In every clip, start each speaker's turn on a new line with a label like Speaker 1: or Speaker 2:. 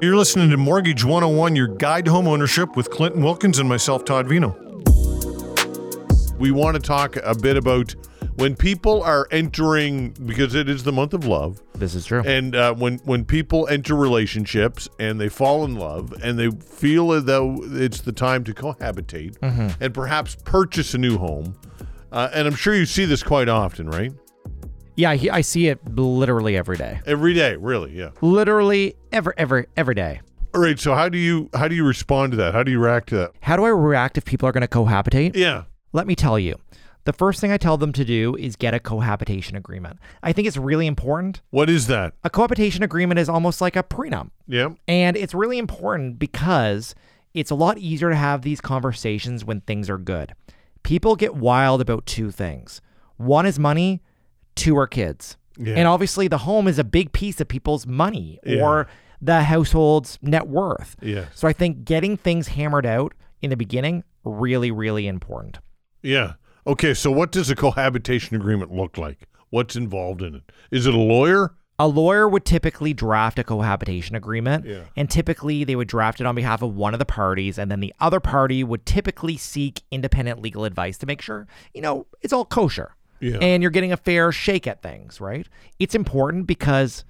Speaker 1: You're listening to Mortgage 101, your guide to home ownership with Clinton Wilkins and myself, Todd Vino.
Speaker 2: we want to talk a bit about when people are entering because it is the month of love
Speaker 3: This is true.
Speaker 2: and uh, when when people enter relationships and they fall in love and they feel as though it's the time to cohabitate and perhaps purchase a new home uh, and i'm sure you see this quite often right
Speaker 3: Yeah, I, I see it literally every day.
Speaker 2: every day really yeah
Speaker 3: Literally ever, ever, every day.
Speaker 2: all right so how do you how do you respond to that how do you react to that
Speaker 3: How do I react if people are going to cohabitate?
Speaker 2: yeah
Speaker 3: Let me tell you. The first thing I tell them to do is get a cohabitation agreement. I think it's really important.
Speaker 2: what is that
Speaker 3: A cohabitation agreement is almost like a prenup.
Speaker 2: yeah
Speaker 3: And it's really important because it's a lot easier to have these conversations when things are good. People get wild about two things one is money, two are kids.
Speaker 2: Yeah.
Speaker 3: And obviously, the home is a big piece of people's money or the household's net worth.
Speaker 2: Yes.
Speaker 3: So I think getting things hammered out in the beginning really really important.
Speaker 2: yeah okay so what does a cohabitation agreement look like what's involved in it is it a lawyer
Speaker 3: A lawyer would typically draft a cohabitation agreement,
Speaker 2: Yeah.
Speaker 3: and typically they would draft it on behalf of one of the parties, and then the other party would typically seek independent legal advice to make sure, you know, it's all kosher.
Speaker 2: Yeah.
Speaker 3: And you're getting a fair shake at things, right? It's important because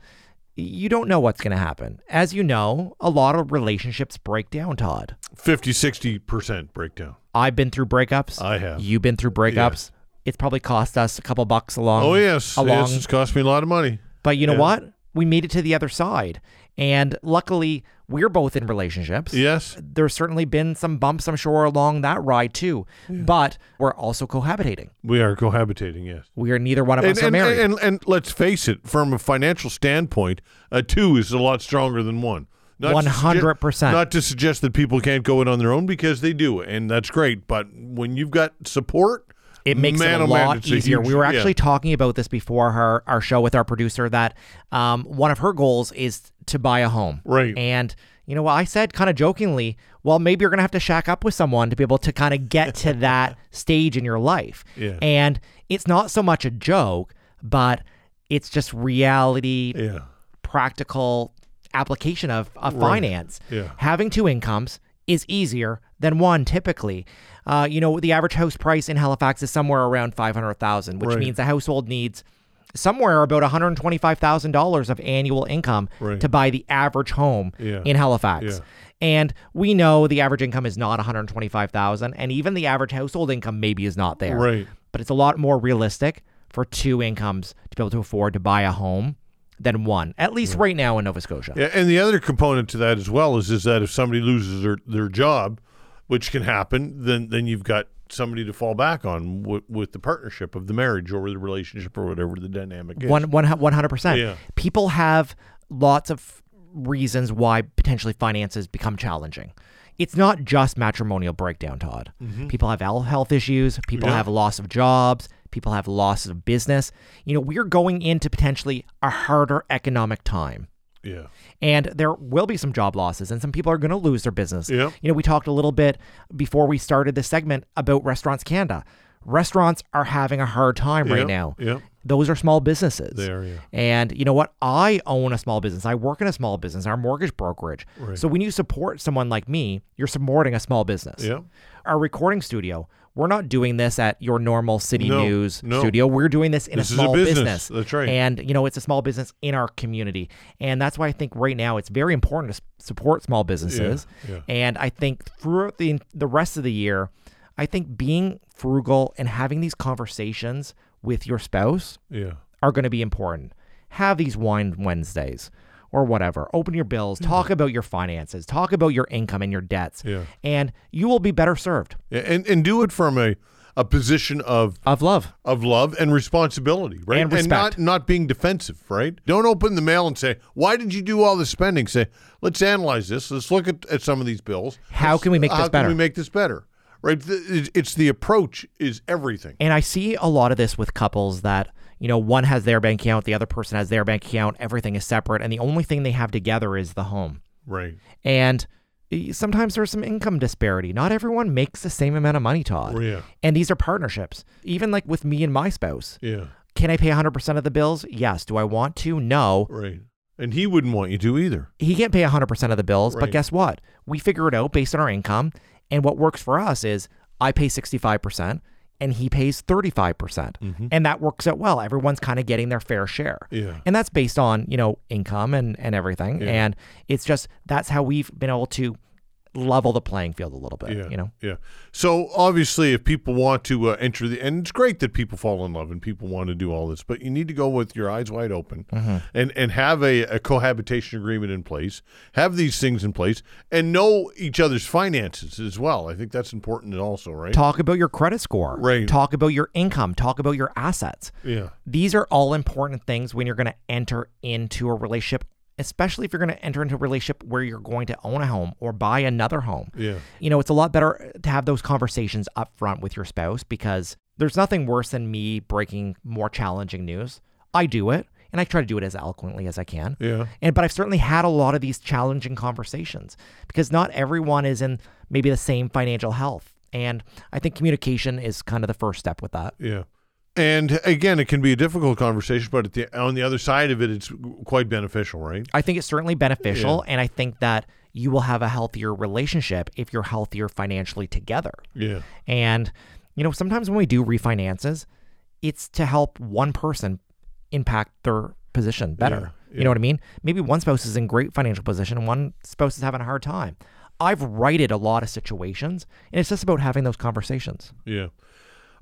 Speaker 3: you don't know what's going to happen. As you know, a lot of relationships break down, Todd.
Speaker 2: 50 60% breakdown
Speaker 3: I've been through breakups.
Speaker 2: I have.
Speaker 3: You've been through breakups. It's probably cost us a couple bucks along.
Speaker 2: oh yes
Speaker 3: Along
Speaker 2: yes it's cost me a lot of money
Speaker 3: But you know what? We made it to the other side. And luckily, we're both in relationships.
Speaker 2: yes
Speaker 3: There's certainly been some bumps, I'm sure, along that ride too. But we're also cohabitating.
Speaker 2: we are cohabitating yes
Speaker 3: We are neither one of
Speaker 2: and,
Speaker 3: us are
Speaker 2: and,
Speaker 3: married.
Speaker 2: and, and let's face it, from a financial standpoint, a two is a lot stronger than one. Not to sugge-
Speaker 3: 100%.
Speaker 2: Not to suggest that people can't go it on their own because they do, and that's great. But when you've got support,
Speaker 3: it makes
Speaker 2: man,
Speaker 3: it a
Speaker 2: oh, man,
Speaker 3: lot
Speaker 2: it's
Speaker 3: easier.
Speaker 2: huge-
Speaker 3: we were
Speaker 2: yeah.
Speaker 3: actually talking about this before her our show with our producer that um, one of her goals is to buy a home.
Speaker 2: Right.
Speaker 3: And you know what I said kind of jokingly, well maybe you're going to have to shack up with someone to be able to kind of get to that stage in your life.
Speaker 2: Yeah.
Speaker 3: And it's not so much a joke, but it's just reality
Speaker 2: yeah,
Speaker 3: practical application of, of finance.
Speaker 2: Yeah.
Speaker 3: Having two incomes is easier than one typically. Uh, you know, the average house price in Halifax is somewhere around 500,000, which
Speaker 2: Right.
Speaker 3: means a household needs somewhere about $125,000 of annual income
Speaker 2: Right.
Speaker 3: to buy the average home
Speaker 2: Yeah.
Speaker 3: in Halifax.
Speaker 2: Yeah.
Speaker 3: And we know the average income is not 125,000 and even the average household income maybe is not there
Speaker 2: right.
Speaker 3: but it's a lot more realistic for two incomes to be able to afford to buy a home than one, at least right now in Nova Scotia.
Speaker 2: Yeah, and the other component to that as well is is that if somebody loses their, their job, which can happen, then then you've got somebody to fall back on w- with the partnership of the marriage or the relationship or whatever the dynamic is.
Speaker 3: One, one, hu- 100%.
Speaker 2: Yeah.
Speaker 3: People have lots of reasons why potentially finances become challenging. It's not just matrimonial breakdown, Todd.
Speaker 2: Mm-hmm.
Speaker 3: People have al- health issues, people have loss of jobs, people have loss of business. You know, we're going into potentially a harder economic time.
Speaker 2: yeah.
Speaker 3: and there will be some job losses and some people are going to lose their business.
Speaker 2: Yep.
Speaker 3: You know, we talked a little bit before we started this segment about Restaurants Canada. Restaurants are having a hard time
Speaker 2: Yep,
Speaker 3: right now.
Speaker 2: yep.
Speaker 3: Those are small businesses.
Speaker 2: They are, yeah.
Speaker 3: And you know what? I own a small business. I work in a small business, our mortgage brokerage. So when you support someone like me, you're supporting a small business.
Speaker 2: Yep.
Speaker 3: Our recording studio, we're not doing this at your normal city
Speaker 2: No,
Speaker 3: news
Speaker 2: no.
Speaker 3: studio. We're doing this in
Speaker 2: This
Speaker 3: a
Speaker 2: is a
Speaker 3: small
Speaker 2: business. That's right.
Speaker 3: and you know it's a small business in our community and that's why i think right now it's very important to s- support small businesses
Speaker 2: yeah.
Speaker 3: and i think throughout the the rest of the year i think being frugal and having these conversations with your spouse
Speaker 2: Yeah.
Speaker 3: are going to be important have these wine wednesdays or whatever open your bills talk about your finances talk about your income and your debts
Speaker 2: Yeah.
Speaker 3: and you will be better served
Speaker 2: Yeah, and and do it from a a position of
Speaker 3: of love
Speaker 2: of love and responsibility, right?
Speaker 3: And
Speaker 2: not
Speaker 3: respect.
Speaker 2: not being defensive, right? Don't open the mail and say, "Why did you do all this spending?" Say, "Let's analyze this. Let's look at, at some of these bills.
Speaker 3: How
Speaker 2: Let's- uh,
Speaker 3: can we make this
Speaker 2: how
Speaker 3: better?"
Speaker 2: Can we make this better, right? Th- it's- It's the approach is everything.
Speaker 3: And I see a lot of this with couples that, you know, one has their bank account, the other person has their bank account, everything is separate, and the only thing they have together is the home.
Speaker 2: Right.
Speaker 3: And eh, sometimes there's some income disparity. Not everyone makes the same amount of money, Todd.
Speaker 2: Yeah.
Speaker 3: And these are partnerships. Even like with me and my spouse,
Speaker 2: Yeah.
Speaker 3: can I pay 100% of the bills? Yes. Do I want to? No.
Speaker 2: Right. And he wouldn't want you to either.
Speaker 3: he can't pay 100% of the bills,
Speaker 2: Right.
Speaker 3: but guess what? We figure it out based on our income. And what works for us is I pay 65% and he pays 35%. percent And that works out well. Everyone's kind of getting their fair share.
Speaker 2: Mm-hmm. Yeah.
Speaker 3: And that's based on, you know, income and, and everything. And it's just that's how we've been able to level the playing field a little bit,
Speaker 2: Yeah.
Speaker 3: you know?
Speaker 2: Yeah. So obviously, if people want to uh, enter the, and it's great that people fall in love and people want to do all this, but you need to go with your eyes wide open and and have a, a cohabitation agreement in place, have these things in place, and know each other's finances as well. I think that's important also, right?
Speaker 3: Talk about your credit score.
Speaker 2: Right.
Speaker 3: Talk about your income. Talk about your assets.
Speaker 2: yeah.
Speaker 3: These are all important things when you're going to enter into a relationship, especially if you're going to enter into a relationship where you're going to own a home or buy another home.
Speaker 2: Yeah.
Speaker 3: You know, it's a lot better to have those conversations up front with your spouse because there's nothing worse than me breaking more challenging news. I do it and I try to do it as eloquently as I can.
Speaker 2: Yeah.
Speaker 3: And but I've certainly had a lot of these challenging conversations because not everyone is in maybe the same financial health. And I think communication is kind of the first step with that.
Speaker 2: Yeah. And again, it can be a difficult conversation, but at the, on the other side of it, it's quite beneficial, right?
Speaker 3: I think it's certainly beneficial, and I think that you will have a healthier relationship if you're healthier financially together.
Speaker 2: Yeah.
Speaker 3: And you know, sometimes when we do refinances, it's to help one person impact their position better. You know what I mean? Maybe one spouse is in great financial position and one spouse is having a hard time. I've righted a lot of situations, and it's just about having those conversations.
Speaker 2: Yeah.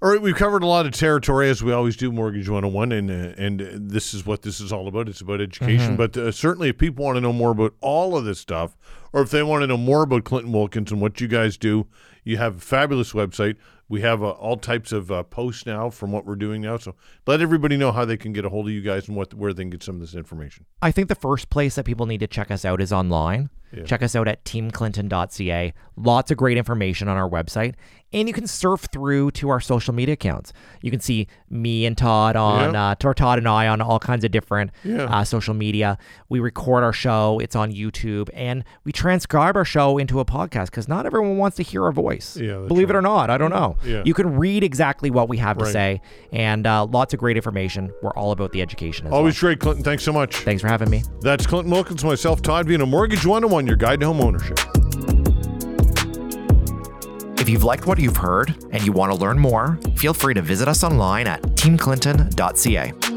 Speaker 2: All right, we've covered a lot of territory as we always do, Mortgage 101, and uh, and uh, this is what this is all about. It's about education. But uh, certainly, if people want to know more about all of this stuff, or if they want to know more about Clinton Wilkins and what you guys do, you have a fabulous website. We have uh, all types of uh, posts now from what we're doing now. So let everybody know how they can get a hold of you guys and what where they can get some of this information.
Speaker 3: I think the first place that people need to check us out is online. Check us out at teamclinton.ca. Lots of great information on our website. And you can surf through to our social media accounts. You can see me and Todd on,
Speaker 2: Yeah.
Speaker 3: uh, or Todd and I on all kinds of different
Speaker 2: Yeah.
Speaker 3: uh, social media. We record our show, it's on YouTube, and we transcribe our show into a podcast because not everyone wants to hear our voice.
Speaker 2: Yeah, that's
Speaker 3: Believe it or not, I don't know.
Speaker 2: Yeah.
Speaker 3: You can read exactly what we have to
Speaker 2: Right.
Speaker 3: say, and uh, lots of great information. We're all about the education as
Speaker 2: Always
Speaker 3: well.
Speaker 2: great, Clinton. Thanks so much.
Speaker 3: Thanks for having me.
Speaker 2: That's Clinton Wilkins, myself, Todd Vino, Mortgage 101, your guide to home ownership.
Speaker 3: If you've liked what you've heard and you want to learn more, feel free to visit us online at teamclinton.ca.